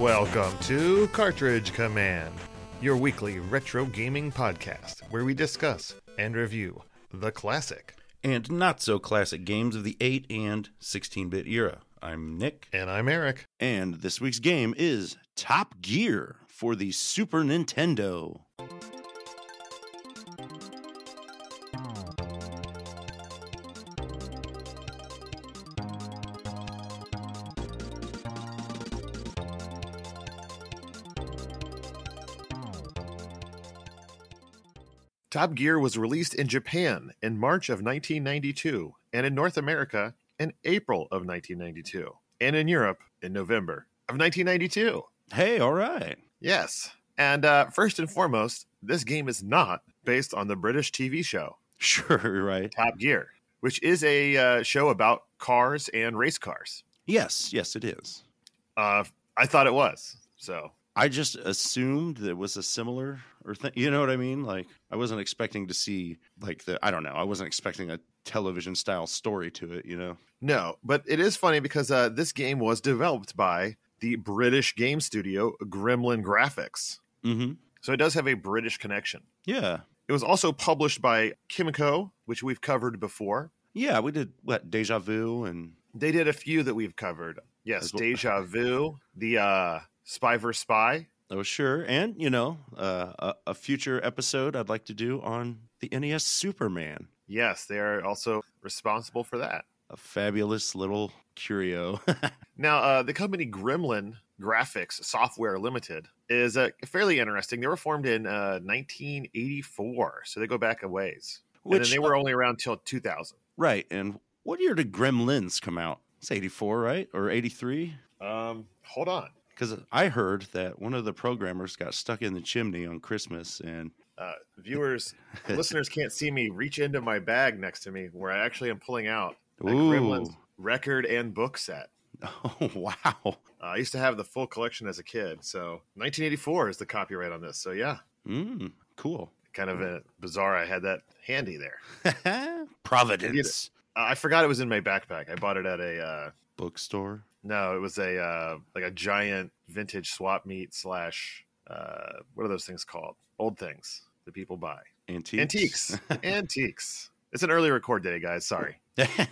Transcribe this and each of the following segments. Welcome to Cartridge Command, your weekly retro gaming podcast where we discuss and review the classic. and not so classic games of the 8 and 16 bit era. I'm Nick, And I'm Eric. and this week's game is Top Gear for the Super Nintendo. Top Gear was released in Japan in March of 1992 and in North America in April of 1992 and in Europe in November of 1992. Hey, all right. Yes. And uh, first and foremost, this game is not based on the British TV show Sure, right. Top Gear, which is a uh, show about cars and race cars. Yes, yes, it is. Uh, I thought it was. So I just assumed there was a similar or thing. You know what I mean? Like, I wasn't expecting to see, like, the, I don't know, I wasn't expecting a television style story to it, you know? No, but it is funny because uh, this game was developed by the British game studio Gremlin Graphics. Mm hmm. So it does have a British connection. Yeah. It was also published by Kimco, which we've covered before. Yeah, we did what? Deja Vu and They did a few that we've covered. Yes, As well- Deja Vu, the uh, Spy vs. Spy. Oh, sure. And, you know, uh, a, a future episode I'd like to do on the NES Superman, Yes, they are also responsible for that. a fabulous little curio. Now, uh, the company Gremlin Graphics Software Limited is uh, fairly interesting. They were formed in uh, 1984, so they go back a ways. and Which, then they were only around till 2000. right. And what year did Gremlins come out? It's 84, right? Or 83? Um, hold on. Because I heard that one of the programmers got stuck in the chimney on Christmas and. Uh, viewers, listeners can't see me reach into my bag next to me where I actually am pulling out a Gremlins Ooh. record and book set. Oh, wow. Uh, I used to have the full collection as a kid. So 1984 is the copyright on this. So yeah, Mm, cool. kind of uh bizarre. I had that handy there. Providence. Uh, I forgot it was in my backpack. I bought it at a uh, Bookstore. No, it was a uh, like a giant vintage swap meet slash uh, what are those things called? Old things that people buy. Antiques. Antiques. Antiques. It's an early record day, guys. Sorry. Antiques.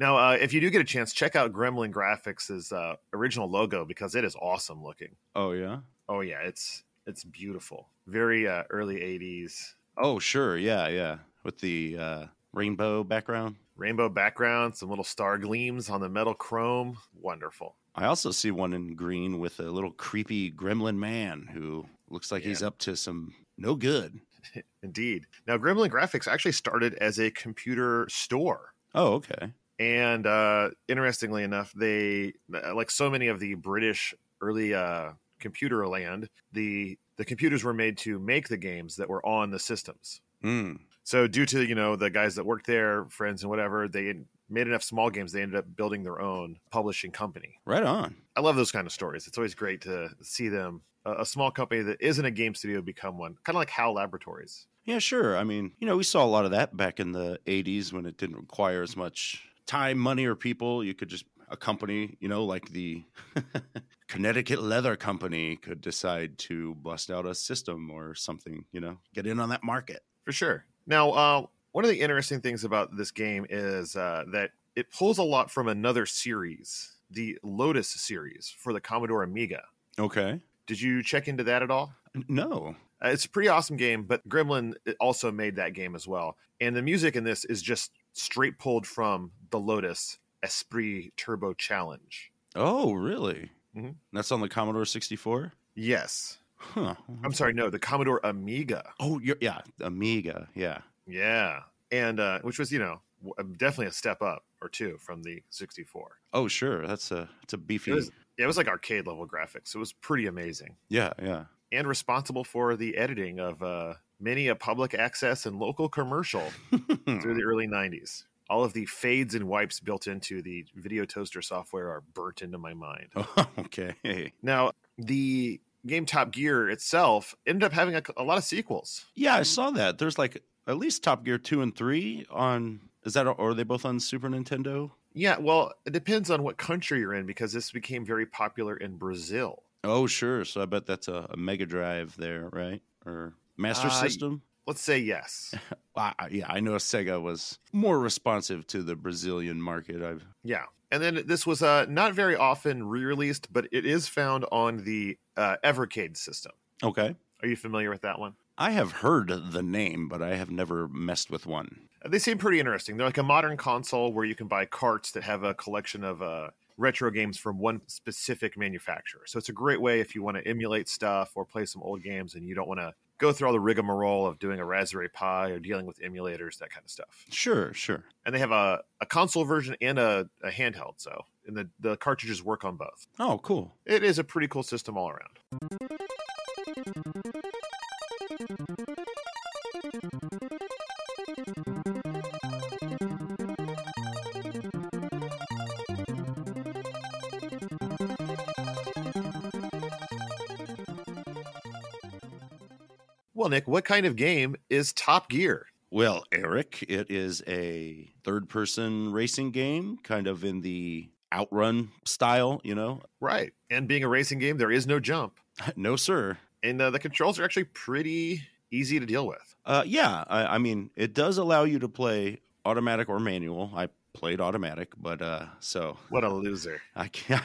Now, uh, if you do get a chance, check out Gremlin Graphics' uh, original logo because it is awesome looking. oh, yeah. Oh yeah, it's it's beautiful. Very uh, early '80s Oh, sure. Yeah, yeah. With the uh, rainbow background. rainbow background, some little star gleams on the metal chrome. Wonderful. I also see one in green with a little creepy gremlin man who looks like he's up to some no good. Indeed. Now, Gremlin Graphics actually started as a computer store. Oh, okay. and uh, interestingly enough they uh, like so many of the british early uh, computer land the the computers were made to make the games that were on the systems Hmm. so due to you know the guys that worked there friends and whatever they made enough small games they ended up building their own publishing company right on. i love those kind of stories it's always great to see them a, a small company that isn't a game studio become one kind of like hal laboratories Yeah, sure. I mean, you know, we saw a lot of that back in the 80s when it didn't require as much time, money, or people. You could just, a company, you know, like the Connecticut Leather Company could decide to bust out a system or something, you know, get in on that market. for sure. Now, uh, one of the interesting things about this game is uh, that it pulls a lot from another series, the Lotus series for the Commodore Amiga. Okay. Did you check into that at all? N- No. Uh, it's a pretty awesome game, but Gremlin also made that game as well. And the music in this is just straight pulled from the Lotus Esprit Turbo Challenge. Oh, really? Mhm. That's on the Commodore 64? Yes. Huh. I'm sorry, no, the Commodore Amiga. Oh, you're, yeah, Amiga. Yeah. Yeah. And uh, which was, you know, w- definitely a step up or two from the 64. Oh, sure. That's a it's a beefy. It was, yeah, it was like arcade level graphics. It was pretty amazing. Yeah, yeah. And responsible for the editing of uh, many a public access and local commercial through the early 90s. All of the fades and wipes built into the video toaster software are burnt into my mind. oh, okay. Now, the game Top Gear itself ended up having a, a lot of sequels. Yeah, I saw that. There's like at least Top Gear two and three on. Is that or are they both on Super Nintendo? Yeah, well, it depends on what country you're in because this became very popular in Brazil. Oh, sure. So I bet that's a, a Mega Drive there, right? Or Master Uh, System? Let's say yes. I, I- yeah, I know Sega was more responsive to the Brazilian market. I've Yeah. And then this was uh, not very often re released, but it is found on the uh, Evercade system. okay. Are you familiar with that one? I have heard the name, but I have never messed with one. Uh, They seem pretty interesting. They're like a modern console where you can buy carts that have a collection of uh, retro games from one specific manufacturer. So it's a great way if you want to emulate stuff or play some old games and you don't want to go through all the rigmarole of doing a Raspberry Pi or dealing with emulators, that kind of stuff. Sure, sure. And they have a, a console version and a, a handheld. So, and the, the cartridges work on both. Oh, cool. It is a pretty cool system all around. Well, Nick, what kind of game is Top Gear? Well, Eric, it is a third person racing game, kind of in the outrun style, you know? Right. And being a racing game, there is no jump. no, sir. And uh, the controls are actually pretty easy to deal with. Uh, yeah, I, I mean, it does allow you to play automatic or manual. I played automatic, but uh, so What a loser. I can't.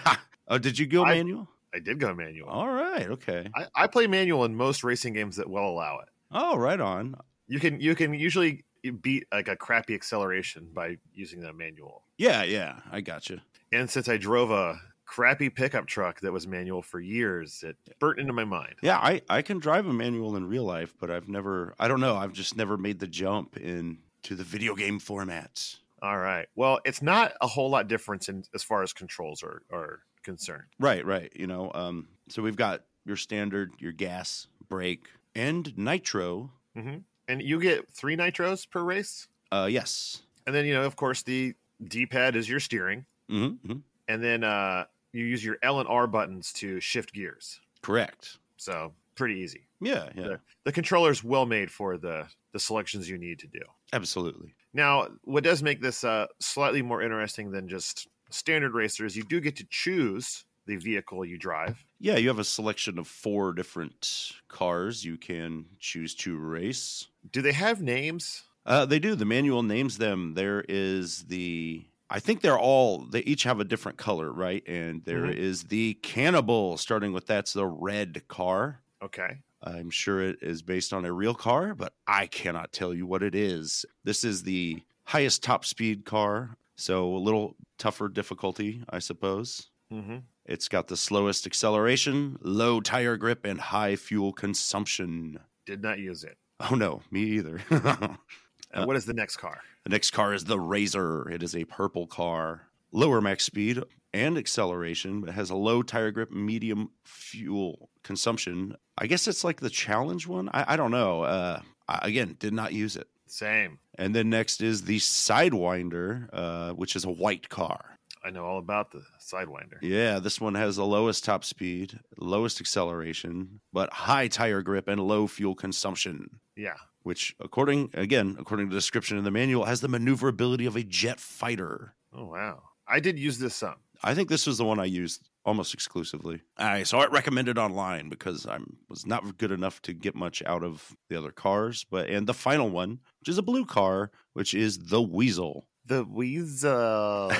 oh, did you go I- manual? I did go manual. All right, okay. I, I play manual in most racing games that will allow it. Oh, right on. You can you can usually beat like a crappy acceleration by using the manual. Yeah, yeah, I got you. And since I drove a crappy pickup truck that was manual for years, it burnt into my mind. Yeah, I, I can drive a manual in real life, but I've never, I don't know, I've just never made the jump in to the video game formats. All right. Well, it's not a whole lot difference in as far as controls are are concerned. Right, right. You know, um, so we've got your standard, your gas, brake, and nitro. And you get three nitros per race, Uh, yes. and then you know, of course, the D pad is your steering, Mm-hmm. and then uh, you use your L and R buttons to shift gears. Correct. So pretty easy. Yeah, yeah, Yeah. the controller's well made for the the selections you need to do. absolutely. Now, what does make this uh, slightly more interesting than just standard racers, you do get to choose the vehicle you drive. Yeah, you have a selection of four different cars you can choose to race. Do they have names? Uh, they do. The manual names them. There is the. I think they're all. They each have a different color, right? And there is Mhm. the cannibal, starting with that's the red car. Okay, I'm sure it is based on a real car, but I cannot tell you what it is. This is the highest top speed car, so a little tougher difficulty, I suppose. mm-hmm. It's got the slowest acceleration, low tire grip, and high fuel consumption. did not use it. Oh no, me either. the And Uh, what is the next car? next car is the Razor. It is a purple car, lower max speed and acceleration, but it has a low tire grip, medium fuel consumption. I guess it's like the challenge one. I, I don't know. Uh, I, again, did not use it. Same. And then next is the Sidewinder, uh, which is a white car. I know all about the Sidewinder. Yeah, this one has the lowest top speed, lowest acceleration, but high tire grip and low fuel consumption, Yeah, which according again, according to the description in the manual, has the maneuverability of a jet fighter. Oh wow, I did use this some. I think this was the one I used almost exclusively. I saw it recommended online because I was not good enough to get much out of the other cars, but and the final one, which is a blue car, which is the Weasel. The Weasel.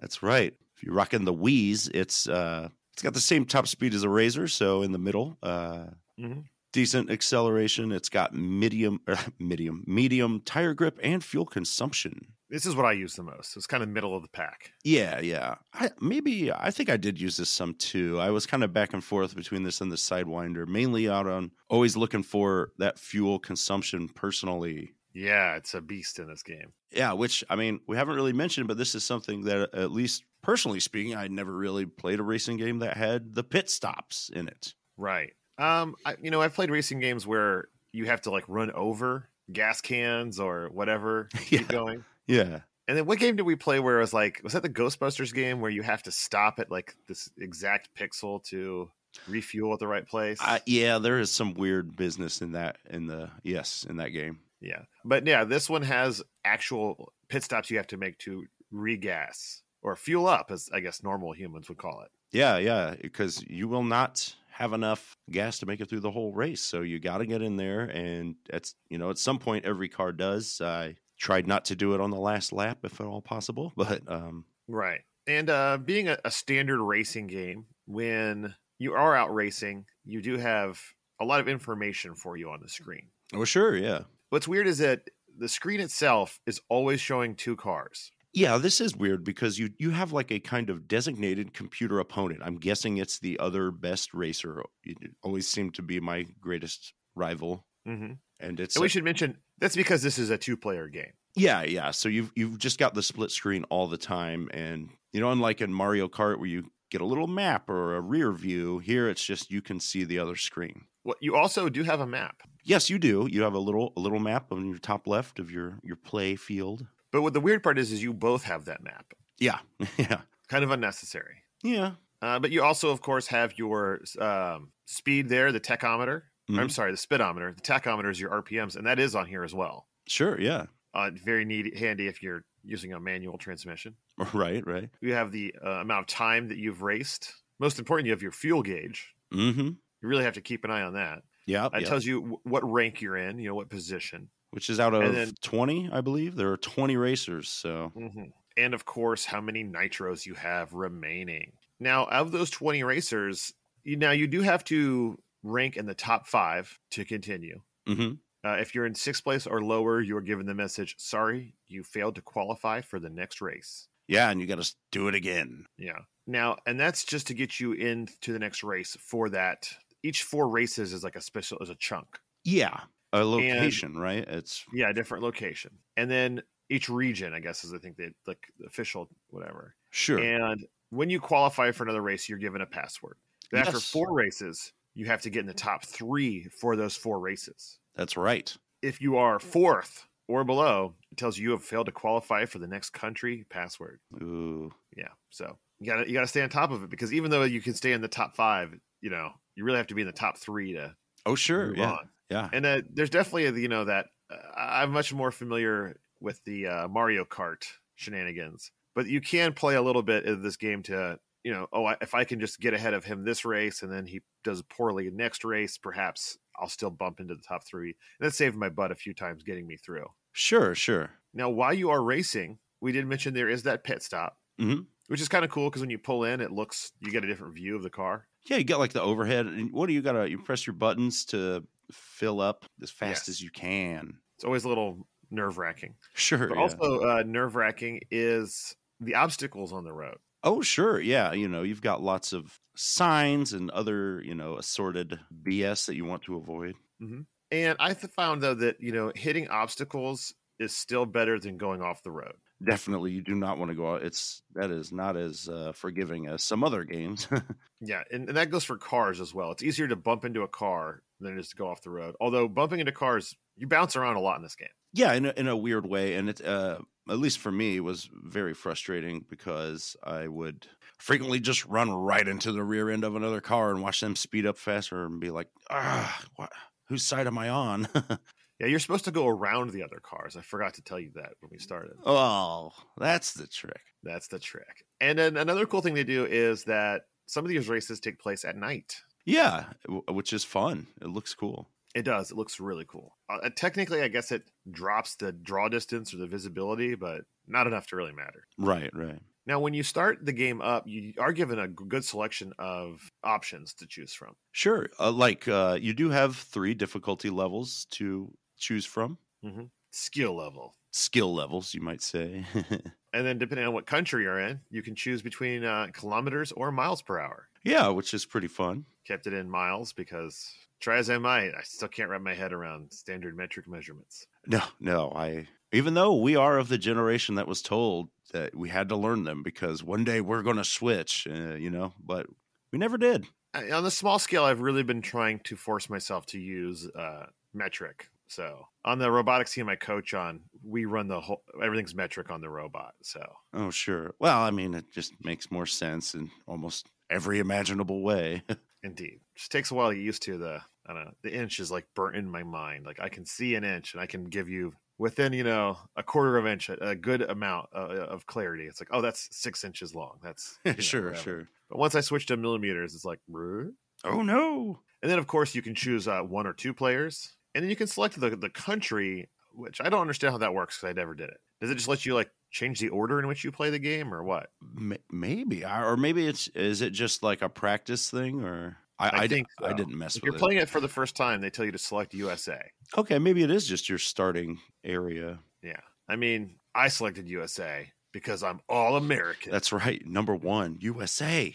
That's right. If you're rocking the Wheeze, it's uh, it's got the same top speed as a Razor, so in the middle, uh, Mhm. decent acceleration. It's got medium, medium, medium tire grip and fuel consumption. this is what I use the most. It's kind of middle of the pack. Yeah, yeah. I, maybe I think I did use this some too. I was kind of back and forth between this and the Sidewinder, mainly out on always looking for that fuel consumption personally. Yeah, it's a beast in this game. Yeah, which I mean, we haven't really mentioned, but this is something that, at least personally speaking, I never really played a racing game that had the pit stops in it. Right. Um, I, you know, I've played racing games where you have to like run over gas cans or whatever to Yeah. keep going. Yeah. And then what game did we play where it was like was that the Ghostbusters game where you have to stop at like this exact pixel to refuel at the right place? I, yeah, there is some weird business in that, in the, yes, in that game. yeah. But yeah, this one has actual pit stops you have to make to regas or fuel up as I guess normal humans would call it. Yeah, yeah, because you will not have enough gas to make it through the whole race. So you got to get in there, and that's you know at some point every car does. I tried not to do it on the last lap if at all possible, but um, Right. And uh, being a, a standard racing game, when you are out racing, you do have a lot of information for you on the screen. oh sure, yeah, What's weird is that the screen itself is always showing two cars. yeah. This is weird because you you have like a kind of designated computer opponent. I'm guessing it's the other best racer. It always seemed to be my greatest rival, Mm-hmm. and it's And we like- should mention that's because this is a two player game. Yeah, yeah. So you've you've just got the split screen all the time, and you know, unlike in Mario Kart where you get a little map or a rear view, here it's just you can see the other screen. What you also do have a map. Yes, you do. You have a little a little map on your top left of your your play field. But what the weird part is, is you both have that map. Yeah, yeah, Kind of unnecessary. yeah. Uh, but you also, of course, have your um, speed there, the tachometer. I'm Mhm. sorry, the speedometer. The tachometer is your RPMs, and that is on here as well. Sure, yeah. uh, very neat, handy if you're using a manual transmission. Right, right. You have the uh, amount of time that you've raced. Most important, you have your fuel gauge. Mm-hmm. You really have to keep an eye on that. Yeah, That tells you w- what rank you're in, you know, what position. which is out and of then- twenty, I believe. There are twenty racers, so Mm-hmm. And of course, how many nitros you have remaining. Now, of those 20 racers, you, now you do have to rank in the top five to continue. hmm Uh, if you're in sixth place or lower, you are given the message, sorry, you failed to qualify for the next race. yeah, and you got to do it again. Yeah. Now, and that's just to get you in to the next race for that. Each four races is like a special is a chunk. Yeah, a location, right? It's Yeah, a different location. And then each region, I guess, is I think the like the official whatever. sure. And when you qualify for another race, you're given a password. But After Yes. four races, you have to get in the top three for those four races. That's right. If you are fourth or below, it tells you you have failed to qualify for the next country password. Ooh. yeah so you gotta you gotta stay on top of it because even though you can stay in the top five you know you really have to be in the top three to Oh, sure. move yeah. on Yeah. and uh, there's definitely you know that uh, i'm much more familiar with the uh, mario kart shenanigans but you can play a little bit of this game to you know oh I, if i can just get ahead of him this race and then he does poorly next race perhaps i'll still bump into the top three and that saved my butt a few times getting me through Sure. Sure. now, while you are racing, we did mention there is that pit stop, Mhm. which is kind of cool because when you pull in, it looks you get a different view of the car. Yeah. You got like the overhead. And what do you got to, you press your buttons to fill up as fast Yes. as you can. It's always a little nerve wracking. Sure. But yeah. also uh, nerve wracking is the obstacles on the road. oh, sure. Yeah. You know, you've got lots of signs and other, you know, assorted BS that you want to avoid. And I th- found though that you know hitting obstacles is still better than going off the road. Definitely, you do not want to go out. It's that is not as uh, forgiving as some other games. Yeah, and, and that goes for cars as well. It's easier to bump into a car than it is to go off the road. Although bumping into cars, you bounce around a lot in this game. yeah in a, in a weird way and it uh at least for me was very frustrating because i would frequently just run right into the rear end of another car and watch them speed up faster and be like ah what whose side am i on Yeah, you're supposed to go around the other cars. I forgot to tell you that when we started. oh that's the trick That's the trick. And then another cool thing they do is that some of these races take place at night. yeah w- which is fun it looks cool It does. It looks really cool. Uh, technically, I guess it drops the draw distance or the visibility, but not enough to really matter. right right Now, when you start the game up, you are given a g- good selection of options to choose from. sure uh, like uh you do have three difficulty levels to choose from Skill level. skill levels you might say And then, depending on what country you're in, you can choose between uh, kilometers or miles per hour. yeah which is pretty fun Kept it in miles because, try as I might, I still can't wrap my head around standard metric measurements. No, no, I even though we are of the generation that was told that we had to learn them because one day we're going to switch, uh, you know, but we never did. I- on the small scale i've really been trying to force myself to use uh metric so on the robotics team i coach on we run the whole everything's metric on the robot so Oh, sure. Well, I mean, it just makes more sense in almost every imaginable way. indeed just takes a while to get used to the i don't know the inch is like burnt in my mind like i can see an inch and i can give you within you know a quarter of an inch, a, a good amount of, of clarity. It's like, oh, that's six inches long. That's you know, sure, whatever. sure. But once I switch to millimeters, it's like, "Bruh." Oh no. and then of course you can choose uh, one or two players, and then you can select the the country, which I don't understand how that works because I never did it. Does it just let you like change the order in which you play the game, or what? M- maybe, I- or maybe it's is it just like a practice thing, or I I I, di- think I so. didn't mess If with you're it. playing it for the first time, they tell you to select USA. Okay, maybe it is just your starting area. Yeah, I mean, I selected USA because I'm all American. That's right, number one, USA.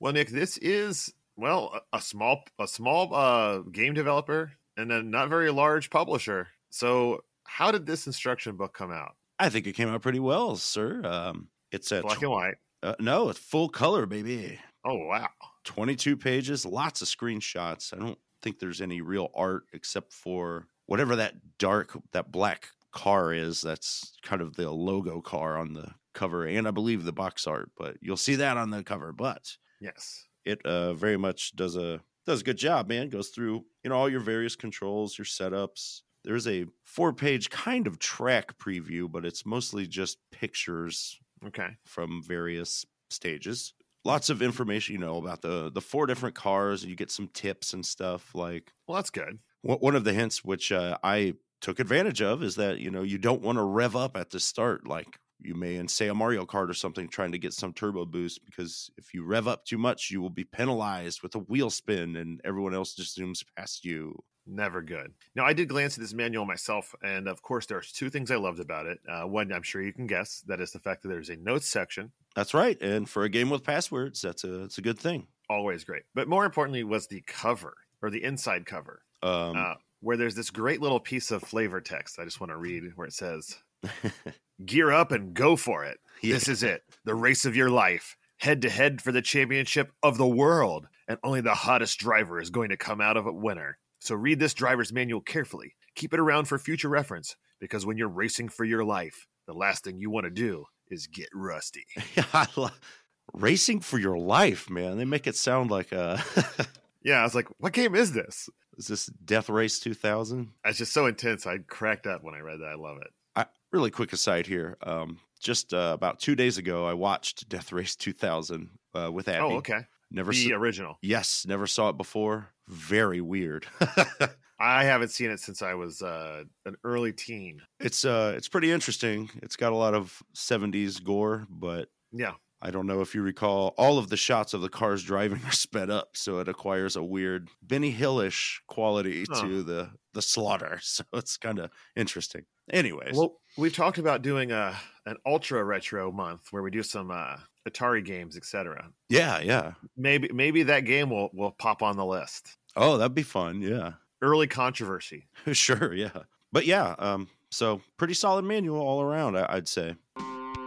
Well, Nick, this is well a a small a small uh, game developer and a not very large publisher. So, how did this instruction book come out? I think it came out pretty well, sir. Um, it's at Black and white. uh, no, it's full color, baby. Oh wow! 22 pages, lots of screenshots. I don't think there's any real art except for whatever that dark, that black car is. That's kind of the logo car on the cover, and I believe the box art, but you'll see that on the cover. But Yes, it uh, very much does a does a good job, man. Goes through you know all your various controls, your setups. There's a four page kind of track preview, but it's mostly just pictures okay. from various stages. Lots of information, you know, about the the four different cars. You get some tips and stuff. Like Well, that's good. one one of the hints which uh, I took advantage of is that you know you don't want to rev up at the start, like you may in say a Mario Kart or something, trying to get some turbo boost because if you rev up too much, you will be penalized with a wheel spin, and everyone else just zooms past you. Never good. Now, I did glance at this manual myself, and of course, there's two things I loved about it. Uh, one, I'm sure you can guess, that is the fact that there's a notes section. That's right, and for a game with passwords, that's a that's a good thing. Always great. But more importantly, was the cover or the inside cover. Um, uh, where there's this great little piece of flavor text I just want to read where it says, Gear up and go for it. This is it, the race of your life, head to head for the championship of the world. And only the hottest driver is going to come out of it winner. So read this driver's manual carefully. Keep it around for future reference because when you're racing for your life, the last thing you want to do is get rusty. Yeah, I lo- racing for your life, man. They make it sound like uh Yeah, I was like, what game is this? is this Death Race 2000? It's just so intense. I cracked up when I read that. I love it. I, really quick aside here. Um, just uh, about two days ago, I watched Death Race 2000 uh, with Abby. Oh, okay. Never, The uh s- original. yes, never saw it before. Very weird. I haven't seen it since I was uh, an early teen. it's uh, it's pretty interesting. It's got a lot of 70s gore, but Yeah, I don't know if you recall, all of the shots of the cars driving are sped up, so it acquires a weird Benny Hillish quality Huh. to the the slaughter. So it's kind of interesting. Anyways, well, we've talked about doing a an ultra retro month where we do some uh, Atari games, etc. yeah, yeah. Maybe maybe that game will will pop on the list. Oh, that'd be fun. Yeah, Early controversy. sure. Yeah, but yeah. Um, so pretty solid manual all around. I- I'd say.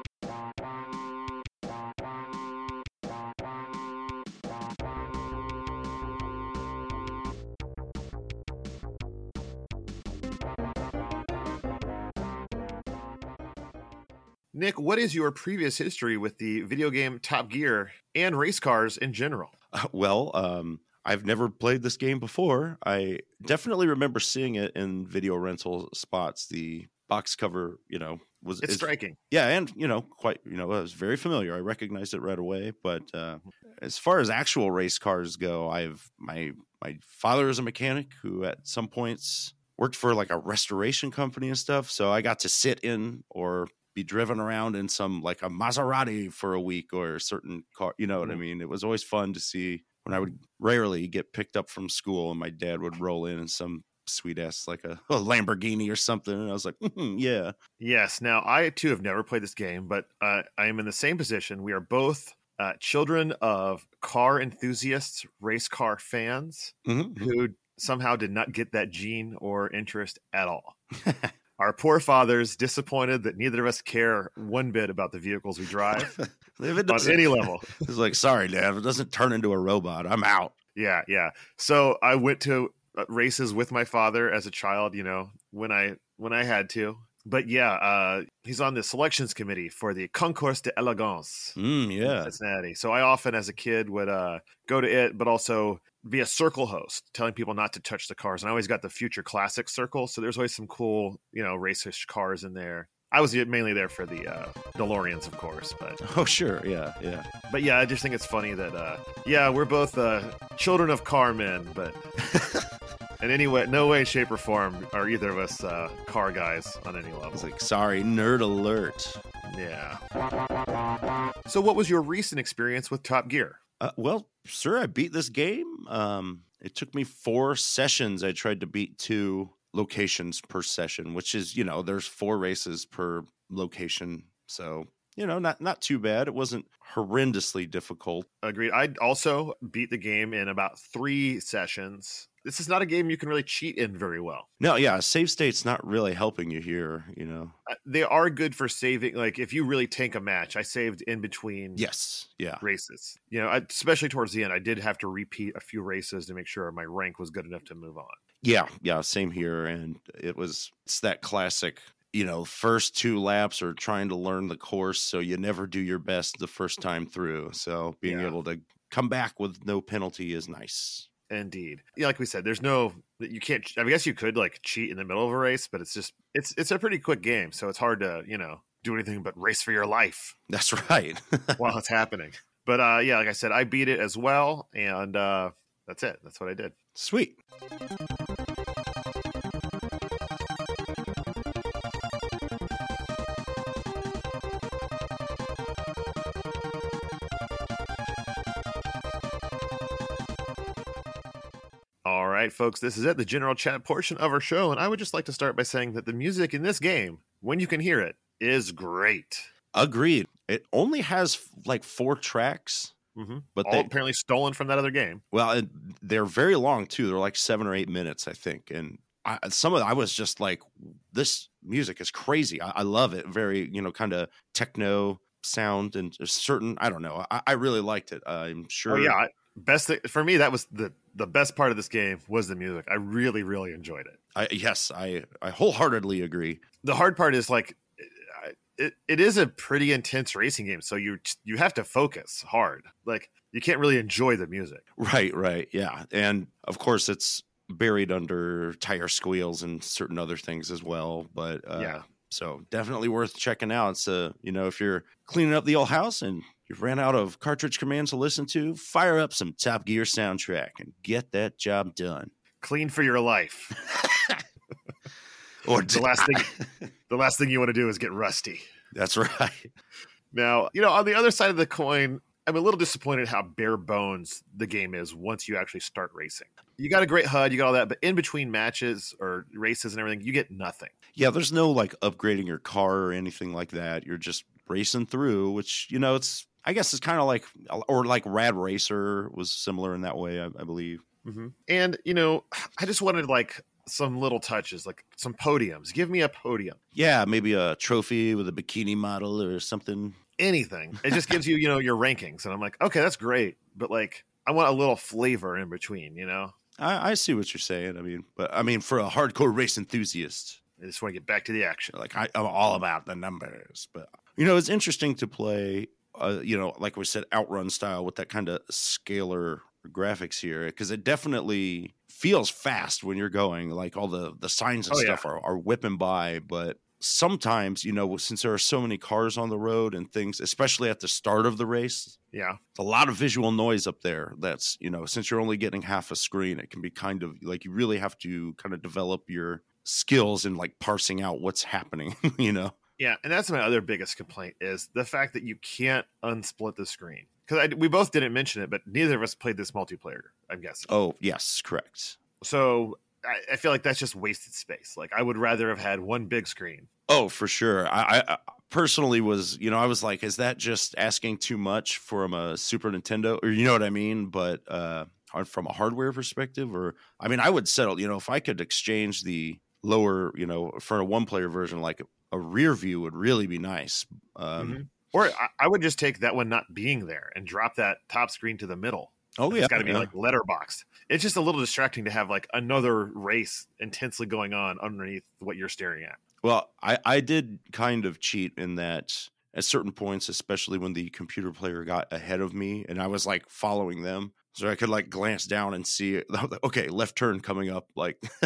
Nick, what is your previous history with the video game Top Gear and race cars in general? Uh, Well, um, I've never played this game before. I definitely remember seeing it in video rental spots. The box cover, you know, was It's is- striking. yeah and you know quite you know i was very familiar i recognized it right away but uh, as far as actual race cars go i've my my father is a mechanic who at some points worked for like a restoration company and stuff so i got to sit in or be driven around in some like a maserati for a week or a certain car you know what i Mhm. mean it was always fun to see when i would rarely get picked up from school and my dad would roll in in some sweet ass like a, a lamborghini or something and i was like "Mhm, yeah Yes. Now, I too have never played this game, but uh, I am in the same position. We are both uh, children of car enthusiasts, race car fans. Mhm. who somehow did not get that gene or interest at all. Our poor fathers, disappointed that neither of us care one bit about the vehicles we drive If it on doesn't- any level. It's like, sorry, Dad, if it doesn't turn into a robot, I'm out. Yeah, yeah. So I went to uh, races with my father as a child, you know, when I when I had to. But yeah, uh, he's on the selections committee for the Concours de Elegance Mm, in yeah. Cincinnati. So I often, as a kid, would uh, go to it, but also be a circle host, telling people not to touch the cars. And I always got the future classic circle, so there's always some cool, you know, racish cars in there. I was mainly there for the uh, DeLoreans, of course, but Oh, sure. Yeah. Yeah. but yeah, I just think it's funny that uh, yeah, we're both uh, children of Carmen, but in any way, no way, shape, or form are either of us uh, car guys on any I was level. like, sorry, nerd alert. Yeah. So, what was your recent experience with Top Gear? Uh, well, sir, I beat this game. Um, it took me four sessions. I tried to beat two locations per session, which is you know there's four races per location, so you know not not too bad. It wasn't horrendously difficult. Agreed. I also beat the game in about three sessions. This is not a game you can really cheat in very well. No, yeah, save state's not really helping you here. You know. Uh, They are good for saving. Like if you really tank a match, I saved in between. Yes. Yeah. races. You know, I, especially towards the end, I did have to repeat a few races to make sure my rank was good enough to move on. Yeah, yeah, same here. And it was it's that classic, you know, first two laps are trying to learn the course, so you never do your best the first time through. So being Yeah. able to come back with no penalty is nice. Indeed, yeah, like we said, there's no you can't. I guess you could like cheat in the middle of a race, but it's just it's it's a pretty quick game, so it's hard to you know do anything but race for your life That's right. while it's happening. But uh, yeah, like I said, I beat it as well, and uh, that's it. That's what I did. Sweet. All right, folks, this is it, the general chat portion of our show, and I would just like to start by saying that the music in this game, when you can hear it, is great. Agreed. It only has like four tracks, hmm but All they apparently stolen from that other game. well, and they're very long too. They're like 7 or 8 minutes, I think. And I, some of I was just like this music is crazy. I, I love it. Very, you know, kind of techno sound and a certain. I don't know. I, I really liked it. I'm sure. Oh yeah, I- best thi- for me that was the the best part of this game was the music. I really really enjoyed it. I, yes, I I wholeheartedly agree. The hard part is like I- it, it is a pretty intense racing game, so you you have to focus hard. Like you can't really enjoy the music. Right, right, yeah. And of course, it's buried under tire squeals and certain other things as well. But uh, yeah, So definitely worth checking out. So, you know, if you're cleaning up the old house and you've ran out of cartridge commands to listen to, fire up some Top Gear soundtrack and get that job done. clean for your life. Or The last thing the last thing you want to do is get rusty. That's right. Now you know on the other side of the coin. I'm a little disappointed how bare bones the game is once you actually start racing. You got a great HUD, you got all that, but in between matches or races and everything, you get nothing. Yeah, there's no like upgrading your car or anything like that. You're just racing through, which, you know, it's I guess it's kind of like or like Rad Racer was similar in that way, I, I believe. hmm And you know, I just wanted like some little touches, like some podiums. Give me a podium, Yeah, maybe a trophy with a bikini model or something. anything. It just gives you, you know, your rankings, and I'm like, okay, that's great, but like, I want a little flavor in between. You know, I, I see what you're saying. I mean, but I mean, for a hardcore race enthusiast, I just want to get back to the action. like I, I'm all about the numbers. But you know, it's interesting to play. Uh, you know, like we said, outrun style with that kind of scalar graphics here because it definitely feels fast when you're going. Like all the the signs and Oh, yeah. stuff are, are whipping by, but sometimes you know since there are so many cars on the road and things, especially at the start of the race, Yeah, a lot of visual noise up there that's you know since you're only getting half a screen it can be kind of like you really have to kind of develop your skills in like parsing out what's happening you know yeah, and that's my other biggest complaint is the fact that you can't unsplit the screen because we both didn't mention it, but neither of us played this multiplayer. I'm guessing. oh yes correct So I, I feel like that's just wasted space. Like I would rather have had one big screen. oh for sure I, I, I personally was you know i was like is that just asking too much from a super nintendo or you know what i mean but uh on- from a hardware perspective or i mean i would settle you know if i could exchange the lower you know for a one player version like a rear view would really be nice um Mhm. Or I, I would just take that one not being there and drop that top screen to the middle. Oh yeah, it's got to be yeah. like letterboxed. It's just a little distracting to have like another race intensely going on underneath what you're staring at. Well, I, I did kind of cheat in that at certain points, especially when the computer player got ahead of me and I was like following them. So I could like glance down and see, it. I was like, okay, left turn coming up, like,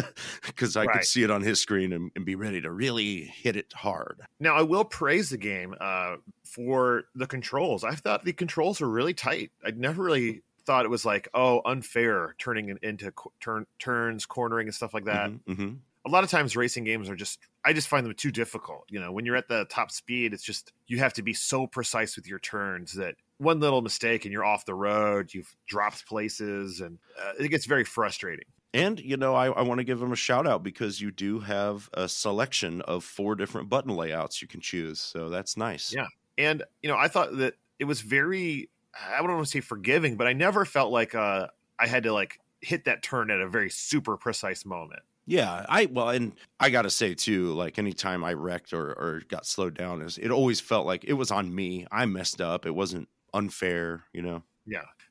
because I could Right. see it on his screen and, and be ready to really hit it hard. Now, I will praise the game uh, for the controls. I thought the controls were really tight. I never really thought it was like, oh, unfair turning it into co- turn turns, cornering, and stuff like that. Mhm, mhm. A lot of times, racing games are just I just find them too difficult. You know, when you're at the top speed, it's just you have to be so precise with your turns that one little mistake and you're off the road. You've dropped places, and uh, it gets very frustrating. And, you know, I, I want to give him a shout out because you do have a selection of four different button layouts you can choose. So that's nice. Yeah. And you know, I thought that it was very I don't want to say forgiving, but I never felt like uh I had to like hit that turn at a very super precise moment. Yeah, I well, and I gotta say too, like anytime I wrecked or or got slowed down, is it always felt like it was on me. I messed up. It wasn't unfair, you know.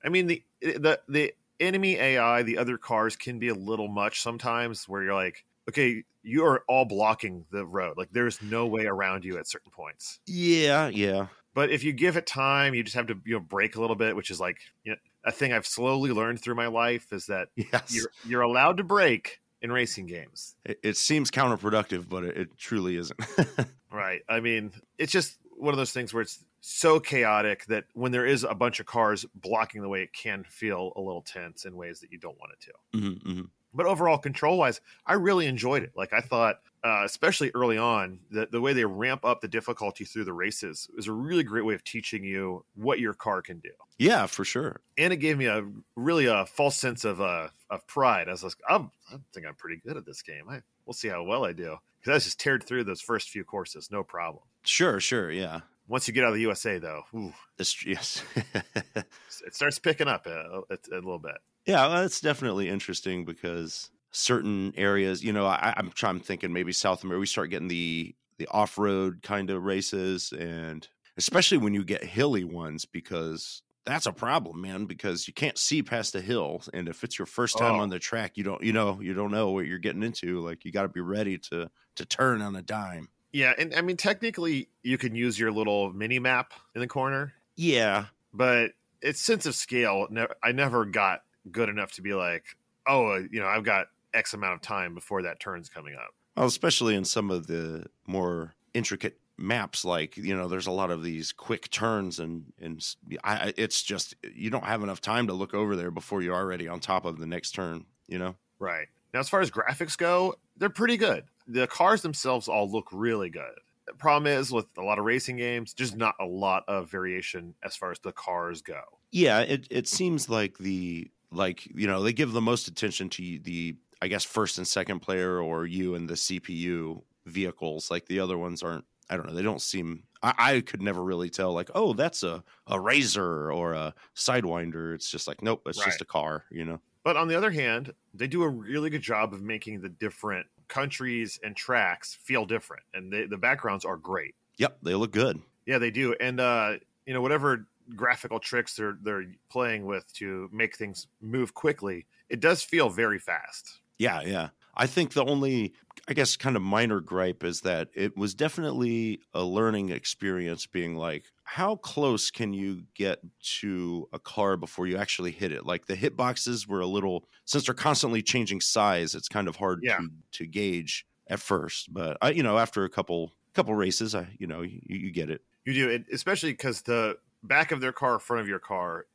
I mean the the the enemy AI, the other cars can be a little much sometimes where you're like, okay, you are all blocking the road. Like there's no way around you at certain points. Yeah, yeah, But if you give it time, you just have to you know break a little bit, which is like you know, a thing I've slowly learned through my life is that yes. you're you're allowed to break in racing games. it, it seems counterproductive, but it, it truly isn't. Right. I mean, it's just one of those things where it's so chaotic that when there is a bunch of cars blocking the way, it can feel a little tense in ways that you don't want it to. Mhm, mhm. But overall, control wise, I really enjoyed it. Like, I thought, uh, especially early on, the, the way they ramp up the difficulty through the races is a really great way of teaching you what your car can do. Yeah, for sure. And it gave me a really a false sense of uh, of pride. I was like, I'm, I think I'm pretty good at this game. I we'll see how well I do because I was just teared through those first few courses, no problem. Sure, sure. Yeah. Once you get out of the USA, though, ooh, This, yes. it starts picking up uh, a, a, a little bit. Yeah, well, that's definitely interesting because certain areas, you know, I, I'm trying I'm thinking maybe South America, we start getting the the off road kind of races, and especially when you get hilly ones because that's a problem, man. Because you can't see past the hill, and if it's your first time Oh. on the track, you don't, you know, you don't know what you're getting into. Like you got to be ready to to turn on a dime. Yeah, and I mean, technically, you can use your little mini map in the corner, Yeah, but its sense of scale, ne- I never got good enough to be like, oh, uh, you know, I've got X amount of time before that turn's coming up. Well, especially in some of the more intricate maps, like you know, there's a lot of these quick turns, and and s- I, I- it's just you don't have enough time to look over there before you're already on top of the next turn. You know, Right. Now, as far as graphics go, they're pretty good. The cars themselves all look really good. The problem is with a lot of racing games, just not a lot of variation as far as the cars go. yeah, it it seems like the like you know they give the most attention to the I guess first and second player or you and the CPU vehicles. Like the other ones aren't. I don't know. They don't seem. I, I could never really tell. Like, oh, that's a a razor or a sidewinder. It's just like, nope, it's Right. just a car. You know. But on the other hand, they do a really good job of making the different countries and tracks feel different, and they, the backgrounds are great. Yep, they look good. Yeah, they do, and uh, you know whatever graphical tricks they're they're playing with to make things move quickly, it does feel very fast. Yeah, yeah. I think the only, I guess, kind of minor gripe is that it was definitely a learning experience being like, how close can you get to a car before you actually hit it? Like the hitboxes were a little, since they're constantly changing size, it's kind of hard Yeah. to, to gauge at first. But, I, you know, after a couple couple races, I, you know, you, you get it. You do, and especially because the back of their car, front of your car,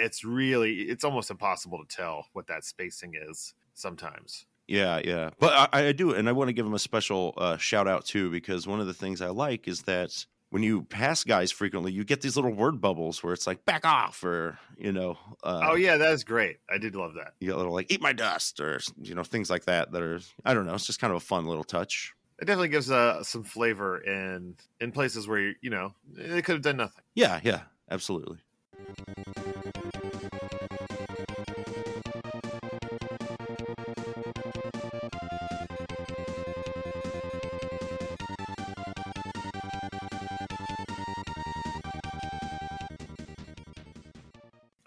it's really it's almost impossible to tell what that spacing is sometimes. Yeah, yeah. But I, I do, and I want to give him a special uh, shout out too, because one of the things I like is that when you pass guys frequently, you get these little word bubbles where it's like "back off" or you know, uh, oh yeah, that is great. I did love that. you get little like "eat my dust" or you know things like that. That are I don't know. It's just kind of a fun little touch. it definitely gives uh, some flavor in in places where you you know they could have done nothing. Yeah, yeah, absolutely.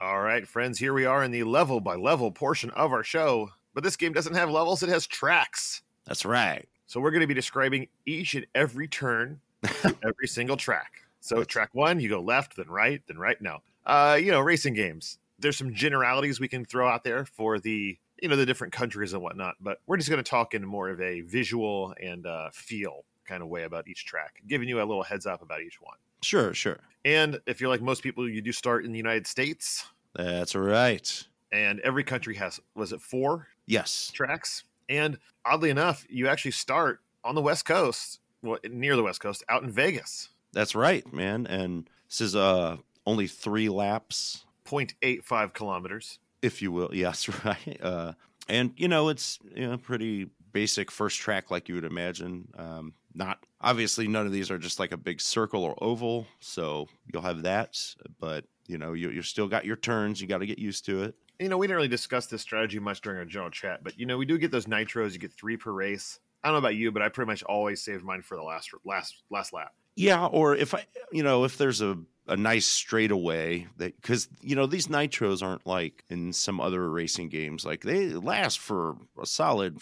All right, friends, here we are in the level by level portion of our show. But this game doesn't have levels, it has tracks. That's right. So we're going to be describing each and every turn, every single track. So track one, you go left, then right, then right. No, uh, you know, racing games. There's some generalities we can throw out there for the you know the different countries and whatnot, but we're just going to talk in more of a visual and uh, feel kind of way about each track, giving you a little heads up about each one. Sure, sure. And if you're like most people, you do start in the United States, That's right. and every country has was it four Yes. tracks? And oddly enough, you actually start on the West Coast, well, near the West Coast, out in Vegas. That's right, man. And this is uh only three laps, 0.85 kilometers. if you will. Yes, right. Uh and you know, it's you know pretty basic first track like you would imagine. Um not obviously none of these are just like a big circle or oval, so you'll have that, but you know, you you still got your turns, you got to get used to it. You know, we didn't really discuss this strategy much during our general chat, but you know, we do get those nitros. You get three per race. I don't know about you, but I pretty much always saved mine for the last last last lap. Yeah, or if I, you know, if there's a a nice straightaway that because you know these nitros aren't like in some other racing games like they last for a solid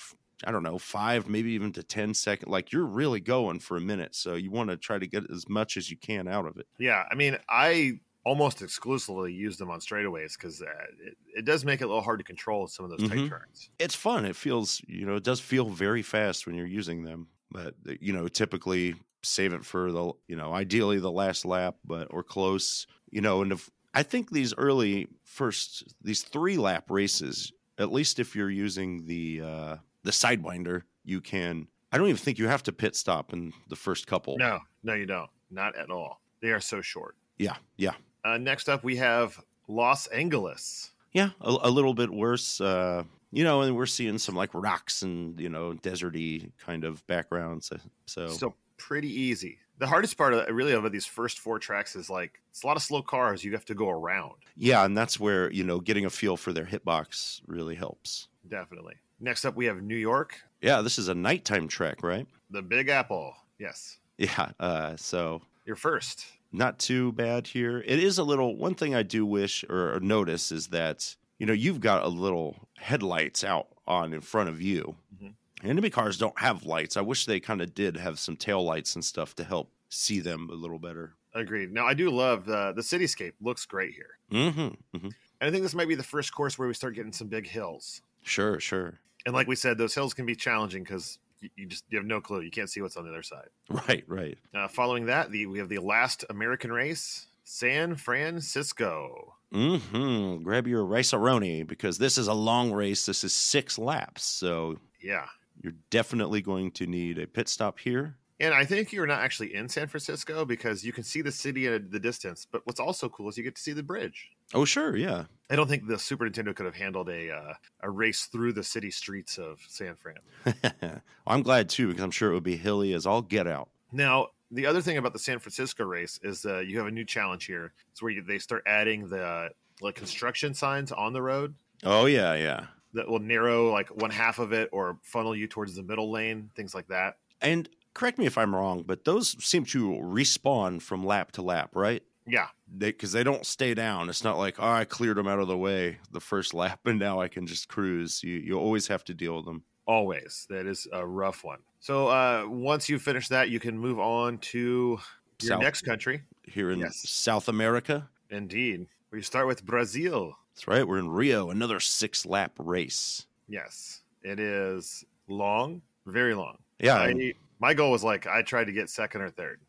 i don't know five maybe even to ten second like you're really going for a minute so you want to try to get as much as you can out of it Yeah, I mean, I almost exclusively use them on straightaways because uh, it, it does make it a little hard to control some of those tight Mhm. turns. it's fun it feels you know it does feel very fast when you're using them but uh, you know typically save it for the you know ideally the last lap but or close you know and if i think these early first these three lap races at least if you're using the uh the sidewinder you can i don't even think you have to pit stop in the first couple No, no, you don't. Not at all. They are so short. yeah yeah Uh, next up, we have Los Angeles. yeah a, a little bit worse uh you know and we're seeing some like rocks and you know deserty kind of backgrounds uh, so, So pretty easy. The hardest part, of, really, of these first four tracks is like it's a lot of slow cars. You have to go around. Yeah, and that's where, you know, getting a feel for their hitbox really helps. Definitely. Next up, we have New York, Yeah, this is a nighttime track, right? the Big Apple. Yes, Yeah, uh, so you're first. not too bad here. It is a little, one thing I do wish or notice is that, you know, you've got a little headlights out on in front of you. Mhm. Enemy cars don't have lights. I wish they kind of did have some tail lights and stuff to help see them a little better. Agreed. Now, I do love uh, the cityscape. Looks great here. Mm-hmm. hmm And I think this might be the first course where we start getting some big hills. Sure, sure. And like we said, those hills can be challenging because you just you have no clue. You can't see what's on the other side. Right, right. Uh, following that, the, we have the last American race, San Francisco. Mm-hmm. Grab your rice because this is a long race. This is six laps, so Yeah. you're definitely going to need a pit stop here. And I think you're not actually in San Francisco because you can see the city at the distance. But what's also cool is you get to see the bridge. Oh, sure, yeah. I don't think the Super Nintendo could have handled a uh, a race through the city streets of San Fran. I'm glad too because I'm sure it would be hilly as all get out. Now, the other thing about the San Francisco race is uh, you have a new challenge here. It's where you, they start adding the like construction signs on the road Oh yeah, yeah. that will narrow like one half of it or funnel you towards the middle lane, things like that. And correct me if I'm wrong, but those seem to respawn from lap to lap, right? Yeah, Because they, don't stay down. It's not like oh, I cleared them out of the way the first lap and now I can just cruise. You you always have to deal with them. always. That is a rough one. So uh, once you finish that, you can move on to your South- next country. here in Yes. South America. Indeed, where you start with Brazil. That's right. We're in Rio, another six lap race. Yes, it is long, very long. Yeah, I, my goal was like I tried to get second or third.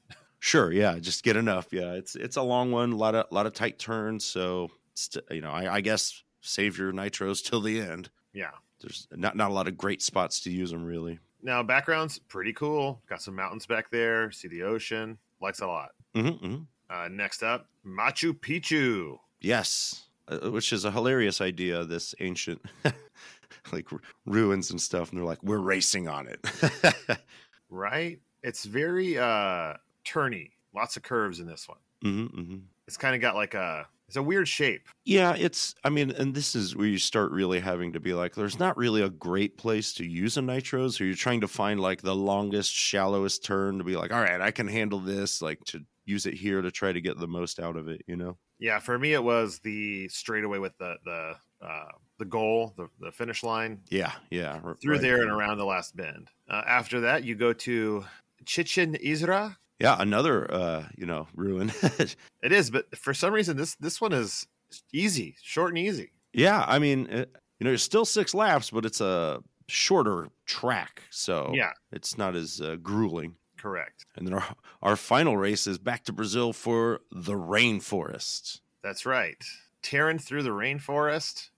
sure. Yeah, just get enough. Yeah, it's it's a long one, a lot of lot of tight turns. So st- you know, I, I guess save your nitros till the end. Yeah. There's not not a lot of great spots to use them really. Now backgrounds pretty cool. Got some mountains back there. See the ocean. Likes a lot. Mm-hmm, Uh, next up, Machu Picchu. Yes, uh, which is a hilarious idea. This ancient like ru- ruins and stuff, and they're like, we're racing on it. Right? It's very uh turny. Lots of curves in this one. hmm hmm It's kind of got like a it's a weird shape. Yeah, it's, I mean, and this is where you start really having to be like, there's not really a great place to use a nitro. So you're trying to find like the longest, shallowest turn to be like, all right, I can handle this, like to use it here to try to get the most out of it, you know? Yeah, for me it was the straightaway with the the uh, the goal, the, the finish line Yeah, yeah. r- through right. there and around the last bend. Uh, after that, you go to Chichen Izra. Yeah, another uh, you know, ruin. It is, but for some reason this this one is easy, short and easy. yeah, I mean, it, you know, it's still six laps, but it's a shorter track, so Yeah, it's not as uh, grueling. correct. And then our our final race is back to Brazil for the rainforest. That's right. Tearing through the rainforest.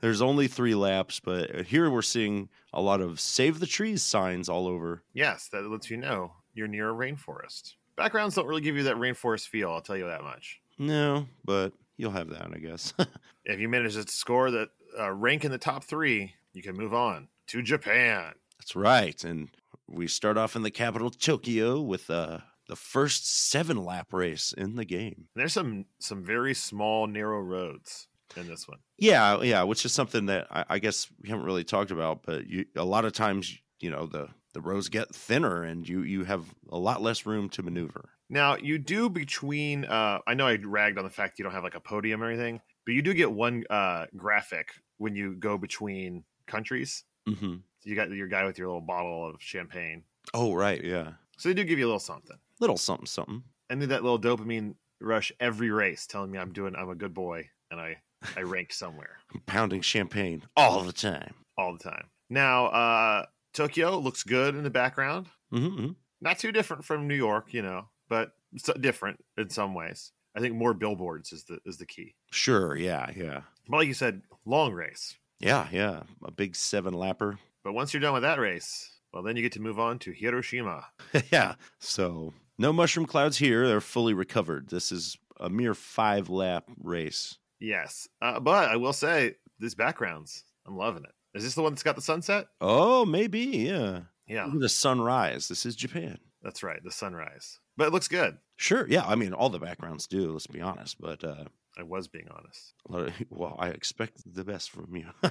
There's only three laps, but here we're seeing a lot of save the trees signs all over. Yes, that lets you know you're near a rainforest. Backgrounds don't really give you that rainforest feel, I'll tell you that much. No, but you'll have that, I guess. If you manage to score the uh, rank in the top three, you can move on to Japan. That's right. And we start off in the capital, Tokyo, with uh, the first seven lap race in the game. And there's some some very small, narrow roads in this one. Yeah, yeah, which is something that I, I guess we haven't really talked about, but you, a lot of times, you know, the, the roads get thinner and you, you have a lot less room to maneuver. Now you do between. Uh, I know I ragged on the fact you don't have like a podium or anything, but you do get one uh, graphic when you go between countries. Mm-hmm. You got your guy with your little bottle of champagne, Oh, right. Yeah. so they do give you a little something. Little something, something. I need that little dopamine rush every race, telling me I'm doing. I'm a good boy, and I I ranked somewhere I'm pounding champagne all the time. all the time. Now uh, Tokyo looks good in the background. Mm-hmm. not too different from New York, you know, but so different in some ways. I think more billboards is the is the key. Sure. Yeah. Yeah. But like you said, long race. Yeah. Yeah. A big seven lapper. But once you're done with that race, well, then you get to move on to Hiroshima. yeah. So no mushroom clouds here. They're fully recovered. This is a mere five lap race. Yes, uh, but I will say these backgrounds, I'm loving it. Is this the one that's got the sunset? Oh, maybe. Yeah. Yeah, Look at the sunrise. This is Japan. that's right, the sunrise. But it looks good. Sure. Yeah. I mean, all the backgrounds do, let's be honest. But, uh, I was being honest. a lot of- well, I expect the best from you. I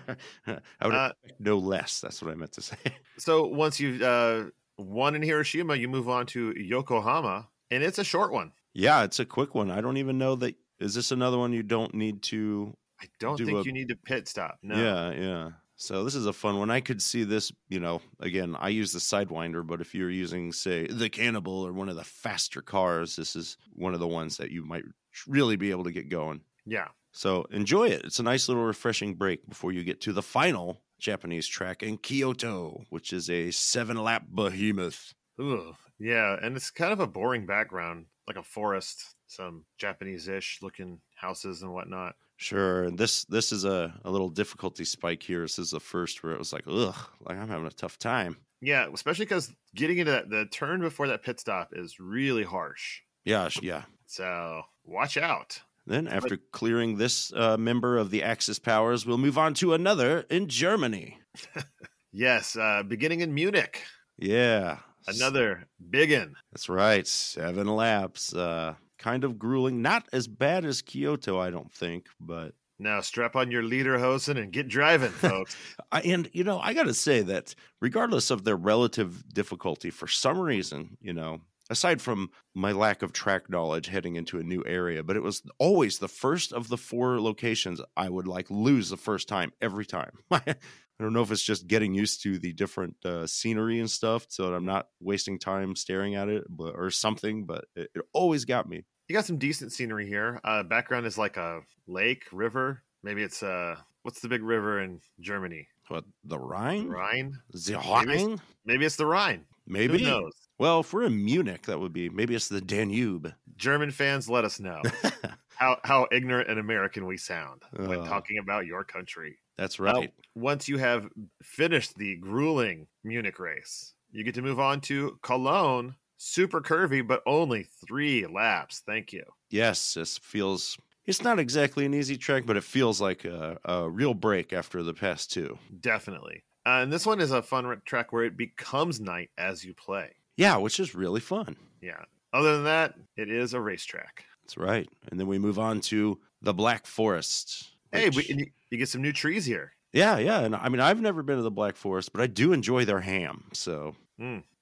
would Uh, expect no less. That's what I meant to say. So once you've uh, won in Hiroshima, you move on to Yokohama, and it's a short one. yeah. It's a quick one. I don't even know that. Is this another one you don't need to I don't Do think a- you need to pit stop. No. Yeah, yeah. So this is a fun one. I could see this, you know, again, I use the Sidewinder, but if you're using, say, the Cannibal or one of the faster cars, this is one of the ones that you might really be able to get going. Yeah. So enjoy it. It's a nice little refreshing break before you get to the final Japanese track in Kyoto, which is a seven lap behemoth. Ooh, yeah, and it's kind of a boring background, like a forest, some Japanese-ish looking houses and whatnot. Sure. And this this is a, a little difficulty spike here. This is the first where it was like, ugh, like I'm having a tough time. Yeah, especially because getting into that the turn before that pit stop is really harsh. Yeah, sh- yeah. So watch out. Then, after clearing this uh, member of the Axis powers, we'll move on to another in Germany. Yes, uh, beginning in Munich, Yeah. another big in. That's right. Seven laps. Uh, kind of grueling. Not as bad as Kyoto, I don't think, but. Now strap on your lederhosen and get driving, folks. I, and, you know, I got to say that regardless of their relative difficulty, for some reason, you know, aside from my lack of track knowledge heading into a new area, but it was always the first of the four locations I would like lose the first time every time. I don't know if it's just getting used to the different uh, scenery and stuff so that I'm not wasting time staring at it but, or something, but it, it always got me. you got some decent scenery here. Uh, background is like a lake, river. Maybe it's uh, what's the big river in Germany? But the Rhine? Rhine. The Maybe it's- Rhine? Maybe it's the Rhine. Maybe. Who knows? Well, if we're in Munich, that would be maybe it's the Danube. German fans, let us know how, how ignorant and American we sound when Uh. talking about your country. That's right. Once you have finished the grueling Munich race, you get to move on to Cologne. Super curvy, but only three laps. Thank you. Yes, this feels. It's not exactly an easy track, but it feels like a, a real break after the past two. Definitely. Uh, and this one is a fun r- track where it becomes night as you play. Yeah, which is really fun. Yeah. Other than that, it is a racetrack. That's right. And then we move on to the Black Forest. Hey, we, which- and you, you get some new trees here. yeah, yeah. And I mean, I've never been to the Black Forest, but I do enjoy their ham. So,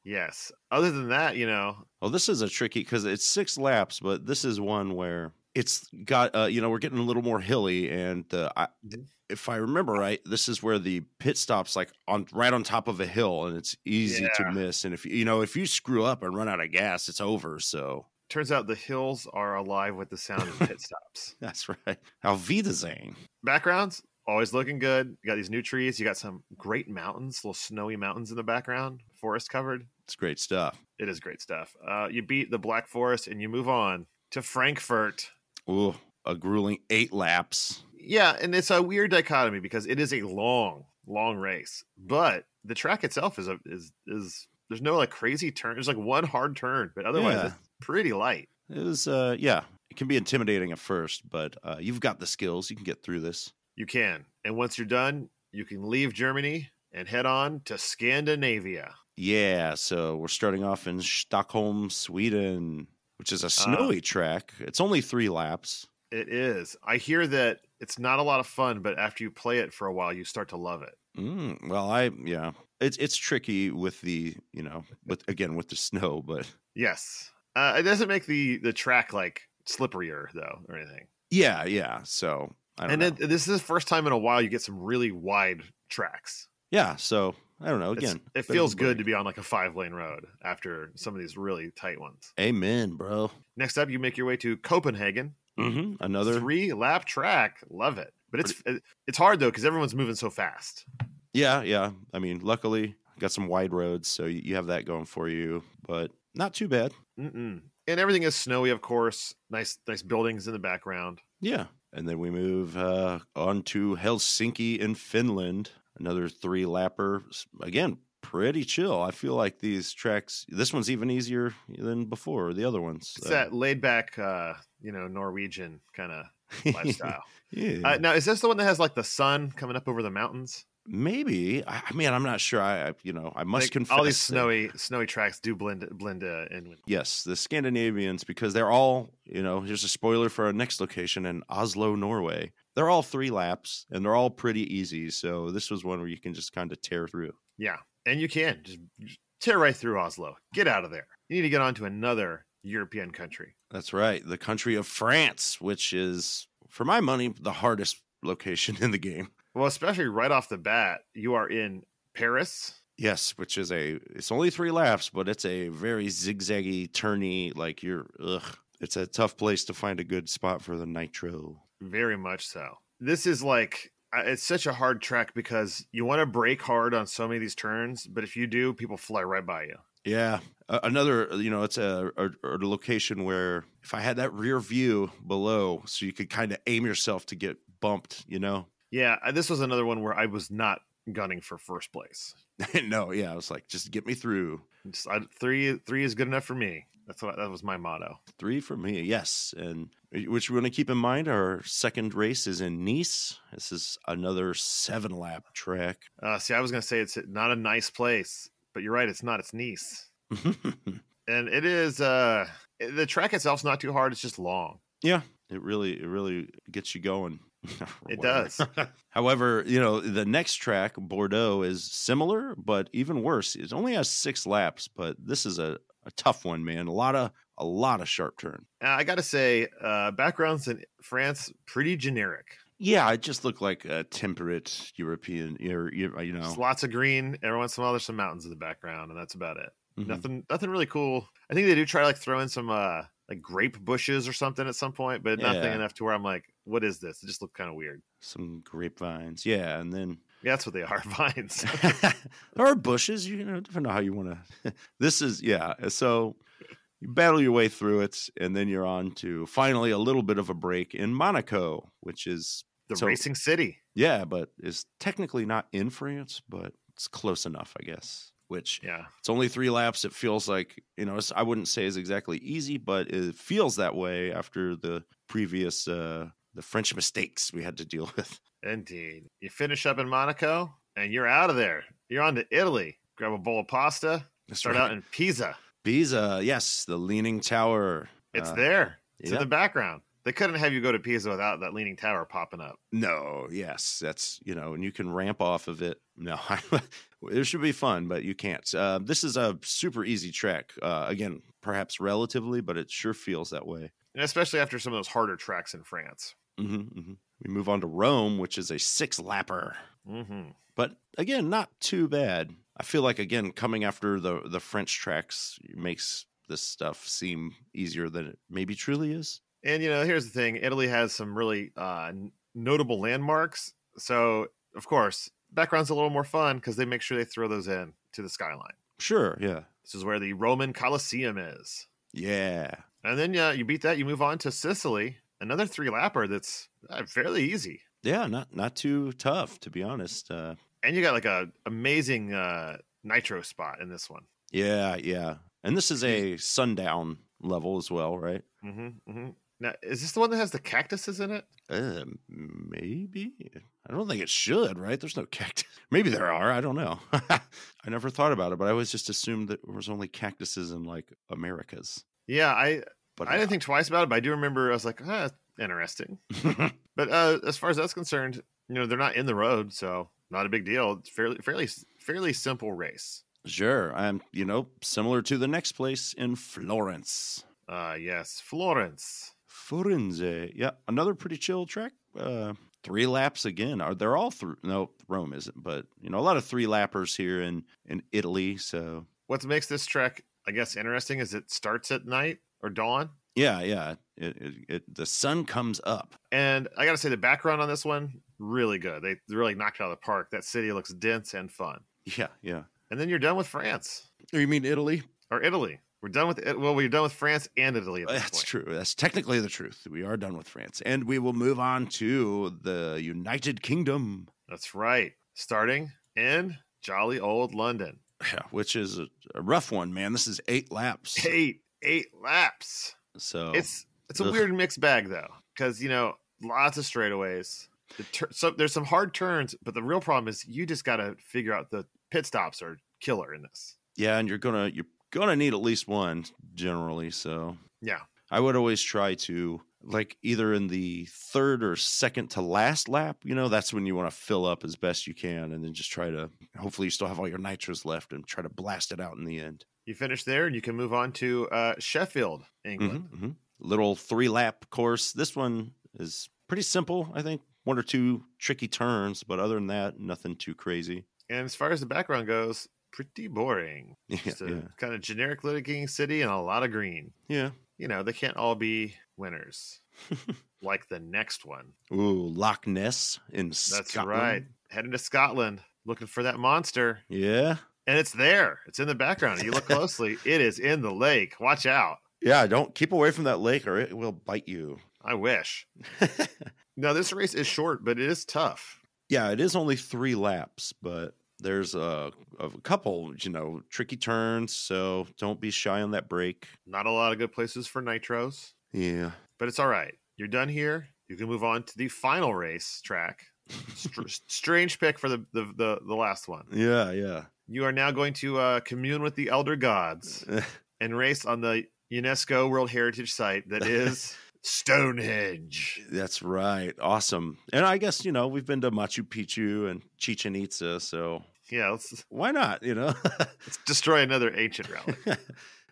Yes. Other than that, you know, oh, this is a tricky because it's six laps, but this is one where it's got uh, you know we're getting a little more hilly and uh, I, Mhm. if i remember right this is where the pit stops like on right on top of a hill and it's easy to Yeah. miss and if you know if you screw up and run out of gas it's over so Turns out the hills are alive with the sound of pit stops. that's right auf wiedersehen Backgrounds always looking good. You got these new trees. You got some great mountains, little snowy mountains in the background, forest covered. it's great stuff It is great stuff. Uh, you beat the Black Forest and you move on to Frankfurt. Ooh, a grueling eight laps Yeah, and it's a weird dichotomy because it is a long, long race, but the track itself is a is is there's no like crazy turn. There's like one hard turn, but otherwise Yeah. it's pretty light. it was uh yeah it can be intimidating at first but uh, you've got the skills you can get through this You can, and once you're done, you can leave Germany and head on to Scandinavia. Yeah, so we're starting off in Stockholm, Sweden, which Ah. is a snowy track. It's only three laps. It is. I hear that it's not a lot of fun, but after you play it for a while, you start to love it. Mm, well, I yeah, it's it's tricky with the you know, with again with the snow, but Yes, uh, it doesn't make the the track like slipperier though or anything. yeah, yeah. So I don't And know. then this is the first time in a while you get some really wide tracks. yeah, so I don't know. It's- Again, it feels good to be on like a five lane road after some of these really tight ones. Amen, bro. Next up, you make your way to Copenhagen, hmm Another Mm-hmm. three lap track. Love it, but it's it- it's hard though because everyone's moving so fast. yeah, yeah. I mean, luckily got some wide roads, so you, you have that going for you, but not too bad. Mm-mm. And everything is snowy, of course. Nice, nice buildings in the background. Yeah. And then we move uh, on to Helsinki in Finland, another three lapper. S- Again, pretty chill. I feel like these tracks, this one's even easier than before, the other ones. It's that laid back, uh, you know, Norwegian kind of lifestyle. yeah. uh, now, is this the one that has like the sun coming up over the mountains? Maybe. I, I mean, I'm not sure. I, I you know, I must Like, confess. all these that- snowy, snowy tracks do blend, blend uh, in. with- Yes, the Scandinavians, because they're all, you know, here's a spoiler for our next location in Oslo, Norway. They're all three laps and they're all pretty easy. So this was one where you can just kind of tear through. Yeah, and you can just, just tear right through Oslo. Get out of there. You need to get on to another European country. That's right. The country of France, which is, for my money, the hardest location in the game. Well, especially right off the bat, you are in Paris. Yes, which is a, it's only three laps, but it's a very zigzaggy, turny, like you're, ugh. It's a tough place to find a good spot for the nitro. Very much so. This is like I- it's such a hard track because you want to brake hard on so many of these turns, but if you do, people fly right by you. Yeah. A- another, you know, it's a, a, a location where if I had that rear view below, so you could kind of aim yourself to get bumped, you know? Yeah, I- this was another one where I was not gunning for first place. no, yeah. I was like, just get me through. Just, I, three, three is good enough for me. That's what that was my motto. Three for me, yes. And which we want to keep in mind, our second race is in Nice. This is another seven lap track. Uh, see, I was gonna say it's not a nice place, but you're right. It's not. It's Nice. it and it is uh the track itself's not too hard it's just long really, it really gets you going. Or It whatever. does. However, you know, the next track, Bordeaux, is similar, but even worse. It only has six laps, but this is a, a tough one, man. A lot of a lot of sharp turn. Uh, i gotta say uh backgrounds in france pretty generic Yeah, it just looked like a temperate European, er, you you know, Just lots of green every once in a while there's some mountains in the background and that's about it Mhm. nothing nothing really cool i think they do try to like throw in some uh like grape bushes or something at some point but nothing Yeah. enough to where i'm like what is this it just looked kind of weird some grapevines. Yeah, and then yeah, that's what they are vines or bushes. You know, depending on how you want to. this is yeah. So you battle your way through it, and then you're on to finally a little bit of a break in Monaco, which is the So- racing city yeah, but is technically not in France, but it's close enough, I guess. Which yeah it's only three laps. It feels like you know. It's, I wouldn't say is exactly easy, but it feels that way after the previous uh the French mistakes we had to deal with. indeed you finish up in monaco and you're out of there you're on to italy grab a bowl of pasta start out in pisa Pisa, yes, the Leaning Tower. It's Uh, there. It's yeah. in the background. They couldn't have you go to Pisa without that leaning tower popping up. No, yes, that's you know, and you can ramp off of it. No, it should be fun, but you can't. Uh, this is a super easy track. Uh, again, perhaps relatively, but it sure feels that way. and especially after some of those harder tracks in France. Mm-hmm, hmm We move on to Rome, which is a six lapper, hmm but again, not too bad. I feel like again coming after the the French tracks makes this stuff seem easier than it maybe truly is. And you know, here's the thing: Italy has some really uh, n- notable landmarks, so of course, background's a little more fun because they make sure they throw those in to the skyline. Sure, yeah, This is where the Roman Colosseum is. yeah. And then yeah, you beat that, you move on to Sicily, another three lapper that's uh, fairly easy. Yeah, not not too tough to be honest. Uh, And you got like a amazing uh, nitro spot in this one. yeah, yeah. And this is a sundown level as well, right? hmm hmm Now, is this the one that has the cactuses in it? Uh, maybe. I don't think it should, right? There's no cactus. Maybe there are. I don't know. I never thought about it, but I always just assumed that there was only cactuses in like Americas. Yeah, I But I didn't think twice about it, but I do remember I was like, ah, interesting. But uh, as far as that's concerned, you know they're not in the road, so not a big deal. It's fairly fairly fairly simple race. sure. I'm, you know, similar to the next place in Florence. Uh, yes, Florence. Firenze. Yeah, another pretty chill track. Uh, three laps again. Are they're all through? No, Rome isn't. But you know, a lot of three lappers here in in Italy. So What makes this trek, I guess, interesting is it starts at night or dawn. yeah, yeah. It, it, it the sun comes up. And I got to say, the background on this one really good. They really knocked it out of the park. That city looks dense and fun. Yeah, yeah. And then you're done with France Oh, You mean Italy? or Italy. We're done with it. Well, we're done with France and Italy. At this Oh, That's point. true. That's technically the truth. We are done with France, and we will move on to the United Kingdom, That's right. Starting in jolly old London. yeah, which is a, a rough one, man. This is eight laps. Eight, eight laps. So It's it's a Ugh. weird mixed bag though, because you know lots of straightaways. The tur- so there's some hard turns, but the real problem is you just got to figure out the pit stops are killer in this. yeah, and you're gonna you're gonna need at least one generally. So Yeah. I would always try to like either in the third or second to last lap, you know, that's when you want to fill up as best you can and then just try to hopefully you still have all your nitros left and try to blast it out in the end. You finish there, and you can move on to uh, Sheffield, England. Mhm, mhm. Little three lap course. This one is pretty simple, I think. One or two tricky turns, but other than that, nothing too crazy. And as far as the background goes, pretty boring. Yeah, Just a yeah. kind of generic looking city and a lot of green. yeah. You know, they can't all be winners. like the next one. Ooh, Loch Ness in That's Scotland. right. Heading to Scotland, looking for that monster. Yeah. And it's there. It's in the background. You look closely. it is in the lake. Watch out. Yeah, don't keep away from that lake or it will bite you. I wish. Now this race is short, but it is tough. Yeah, it is only three laps, but there's a, a couple, you know, tricky turns. So don't be shy on that break. Not a lot of good places for nitros. Yeah. but it's all right. You're done here. You can move on to the final race track. Str- strange pick for the, the the the last one. Yeah, yeah. You are now going to uh, commune with the elder gods and race on the UNESCO World Heritage Site that is Stonehenge. That's right. Awesome. And I guess, you know, we've been to Machu Picchu and Chichen Itza. So Yeah, let's, why not, you know? let's destroy another ancient relic.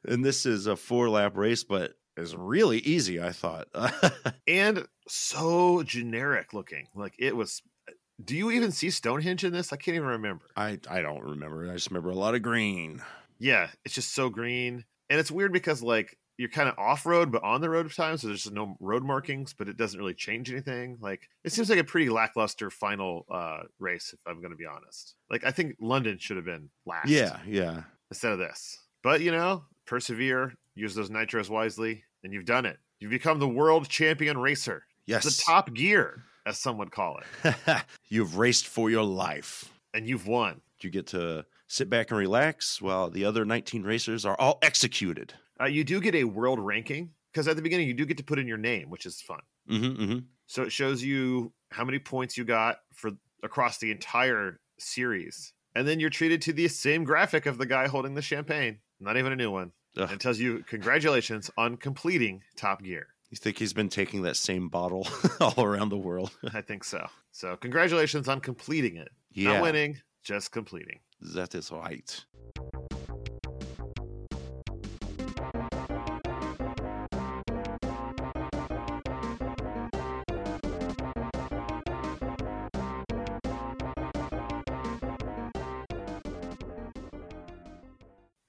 and this is a four lap race, but it's really easy, I thought. and so generic looking. Like it was. uh, Do you even see Stonehenge in this? I can't even remember. I, I don't remember. I just remember a lot of green. yeah, it's just so green. And it's weird because like you're kind of off road but on the road at times, so there's no road markings, but it doesn't really change anything. Like it seems like a pretty lackluster final uh race, if I'm gonna be honest. Like I think London should have been last. Yeah, yeah. Instead of this. But you know, persevere, use those nitros wisely, and you've done it. You've become the world champion racer. Yes. The top gear, as some would call it. You've raced for your life. And you've won. You get to sit back and relax while the other 19 racers are all executed. Uh, you do get a world ranking, because at the beginning you do get to put in your name, which is fun. Mm-hmm, So it shows you how many points you got for across the entire series. And then you're treated to the same graphic of the guy holding the champagne. Not even a new one. Ugh. And it tells you congratulations on completing Top Gear. You think he's been taking that same bottle all around the world? I think so. So congratulations on completing it. Not winning, just completing. that is right.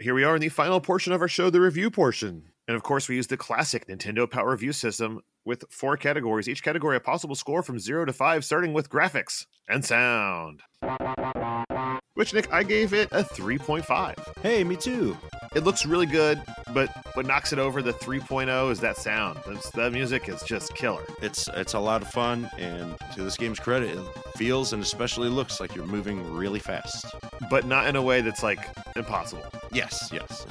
here we are in the final portion of our show, the review portion. And of course, we use the classic Nintendo Power Review system with four categories, each category a possible score from zero to five, starting with graphics and sound. Which, Nick, I gave it a 3.5. Hey, me too. It looks really good, but what knocks it over the 3.0 is that sound. That's, that music is just killer. It's it's a lot of fun, and to this game's credit, it feels and especially looks like you're moving really fast. but not in a way that's like impossible. Yes, yes.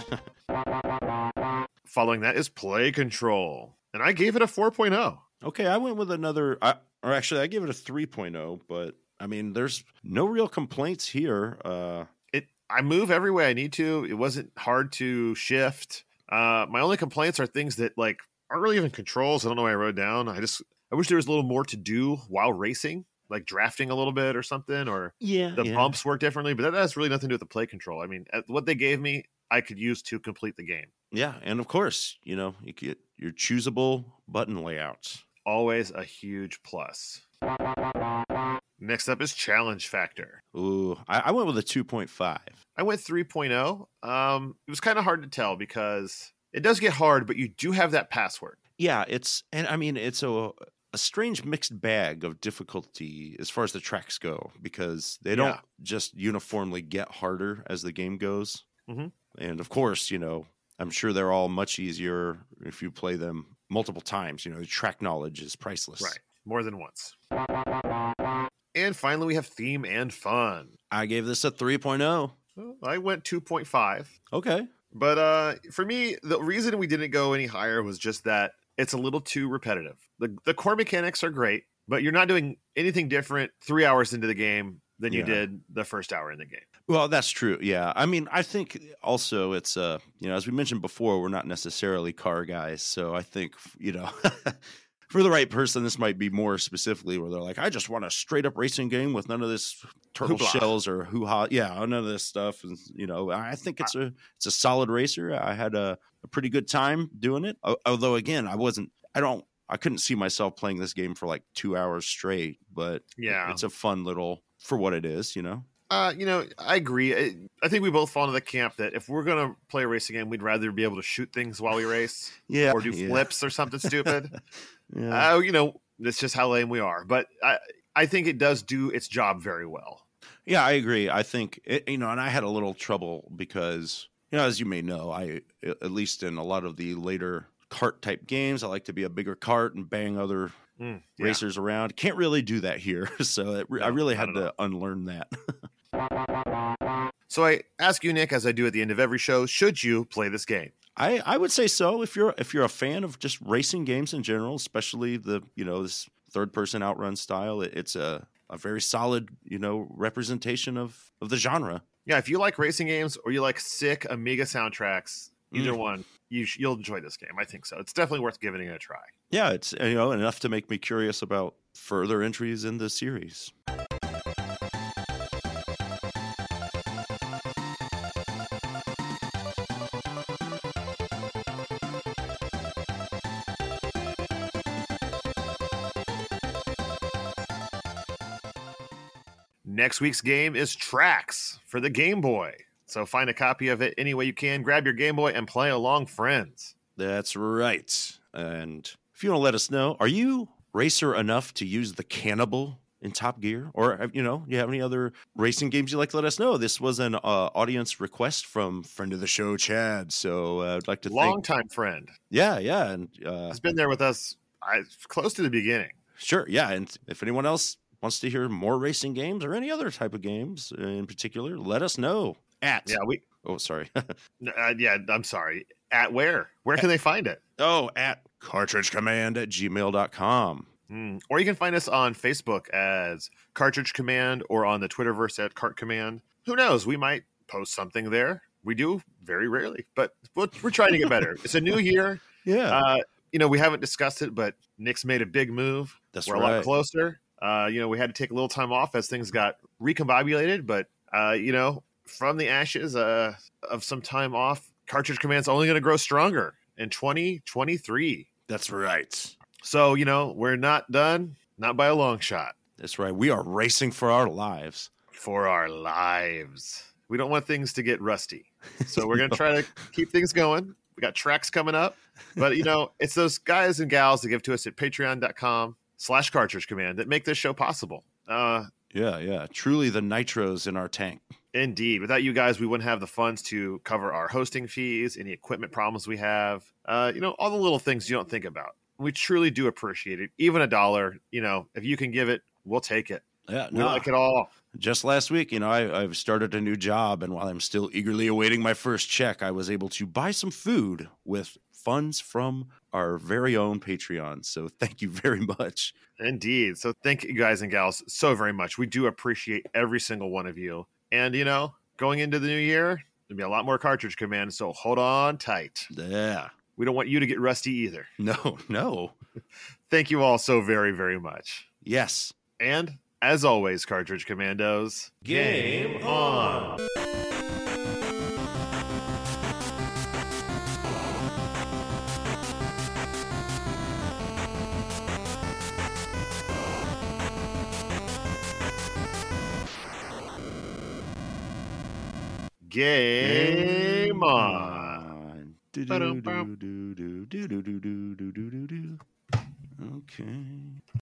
Following that is play control. And I gave it a oh. 4.0. okay, I went with another. I, or actually, I gave it a 3.0, but I mean, there's no real complaints here. Uh, It I move every way I need to. It wasn't hard to shift. Uh my only complaints are things that like aren't really even controls. I don't know why I wrote down. I just I wish there was a little more to do while racing, like drafting a little bit or something, or yeah, the bumps work differently, but that has really nothing to do with the play control. I mean, uh, what they gave me, I could use to complete the game. Yeah, and of course, you know, you get your choosable button layouts. Always a huge plus. Next up is challenge factor. Ooh, I, I went with a 2.5. I went 3.0. Um, it was kind of hard to tell because it does get hard, but you do have that password. Yeah, it's and I mean it's a a strange mixed bag of difficulty as far as the tracks go because they don't Yeah. just uniformly get harder as the game goes. Mhm. And of course, you know, I'm sure they're all much easier if you play them multiple times. You know, the track knowledge is priceless. Right. More than once. And finally, we have theme and fun. I gave this a oh. 3.0. Well, I went 2.5. Okay. But uh, for me, the reason we didn't go any higher was just that it's a little too repetitive. The, the core mechanics are great, but you're not doing anything different three hours into the game than you Yeah. did the first hour in the game. Well, that's true. Yeah. I mean, I think also it's uh, you know, as we mentioned before, we're not necessarily car guys, so I think, you know, for the right person this might be more specifically where they're like, I just want a straight up racing game with none of this turtle Hoopla. shells or hoo-ha, yeah, none of this stuff and you know, I think it's a it's a solid racer. I had a, a pretty good time doing it. Al- Although again, I wasn't I don't I couldn't see myself playing this game for like 2 hours straight, but Yeah. it's a fun little for what it is, you know. Uh, you know, I agree. I, I think we both fall into the camp that if we're gonna play a racing game, we'd rather be able to shoot things while we race Yeah. or do yeah. flips or something stupid. Yeah. Oh, you know, that's just how lame we are. But I, I think it does do its job very well. Yeah, I agree. I think it, you know, and I had a little trouble because you know, as you may know, I at least in a lot of the later cart type games, I like to be a bigger cart and bang other Mm, yeah. racers around. Can't really do that here, so it, re I No, really not had at to unlearn that. So I ask you, Nick, as I do at the end of every show, should you play this game? I I would say so. If you're if you're a fan of just racing games in general, especially the you know this third person outrun style, it, it's a a very solid you know representation of of the genre. Yeah, if you like racing games or you like sick Amiga soundtracks, either Mm. one, you sh- you'll enjoy this game. I think so. It's definitely worth giving it a try. yeah, it's you know enough to make me curious about further entries in the series. Next week's game is Tracks for the Game Boy. So find a copy of it any way you can. Grab your Game Boy and play along, friends. That's right. And if you want to let us know, are you racer enough to use the cannibal in Top Gear, or uh, you know, you have any other racing games you like? to Let us know. This was an uh, audience request from friend of the show Chad, so uh, I'd like to thank. Longtime friend. Yeah, yeah, and uh, He's been there with us I, close to the beginning. Sure, yeah. And if anyone else wants to hear more racing games or any other type of games in particular, let us know at. Yeah, we. Oh, sorry. n- Uh, yeah, I'm sorry. At where? Where can they find it? Oh, at cartridgecommand at gmail.com. Hmm. Or you can find us on Facebook as Cartridge Command or on the Twitterverse at Cart Command. Who knows? We might post something there. We do very rarely, but we're we're trying to get better. it's a new year. Yeah. Uh, you know, we haven't discussed it, but Nick's made a big move. that's we're a lot right. closer. Uh, you know, we had to take a little time off as things got recombobulated, but uh, you know, from the ashes uh, of some time off, Cartridge Command's only going to grow stronger in 2023. That's right. So, you know, we're not done, not by a long shot, That's right. We are racing for our lives. for our lives. We don't want things to get rusty. So we're going to try to keep things going. We got tracks coming up. But, you know, it's those guys and gals that give to us at patreon.com slash cartridge command that make this show possible. Uh, Yeah, yeah. Truly the nitros in our tank. Indeed. Without you guys, we wouldn't have the funds to cover our hosting fees, any equipment problems we have, uh, you know, all the little things you don't think about. We truly do appreciate it. Even a dollar, you know, if you can give it, we'll take it. Yeah, We no. like it all. Just last week, you know, I, I've started a new job, and while I'm still eagerly awaiting my first check, I was able to buy some food with funds from our very own Patreon. So thank you very much. Indeed. So thank you guys and gals so very much. We do appreciate every single one of you. And, you know, going into the new year, there'll be a lot more cartridge command. So hold on tight. Yeah. We don't want you to get rusty either. No, no. Thank you all so very, very much. Yes. And as always, Cartridge Commandos, Game on. Game on. Ba-dum-bum. Do-do-do-do-do-do-do-do-do-do-do. Okay.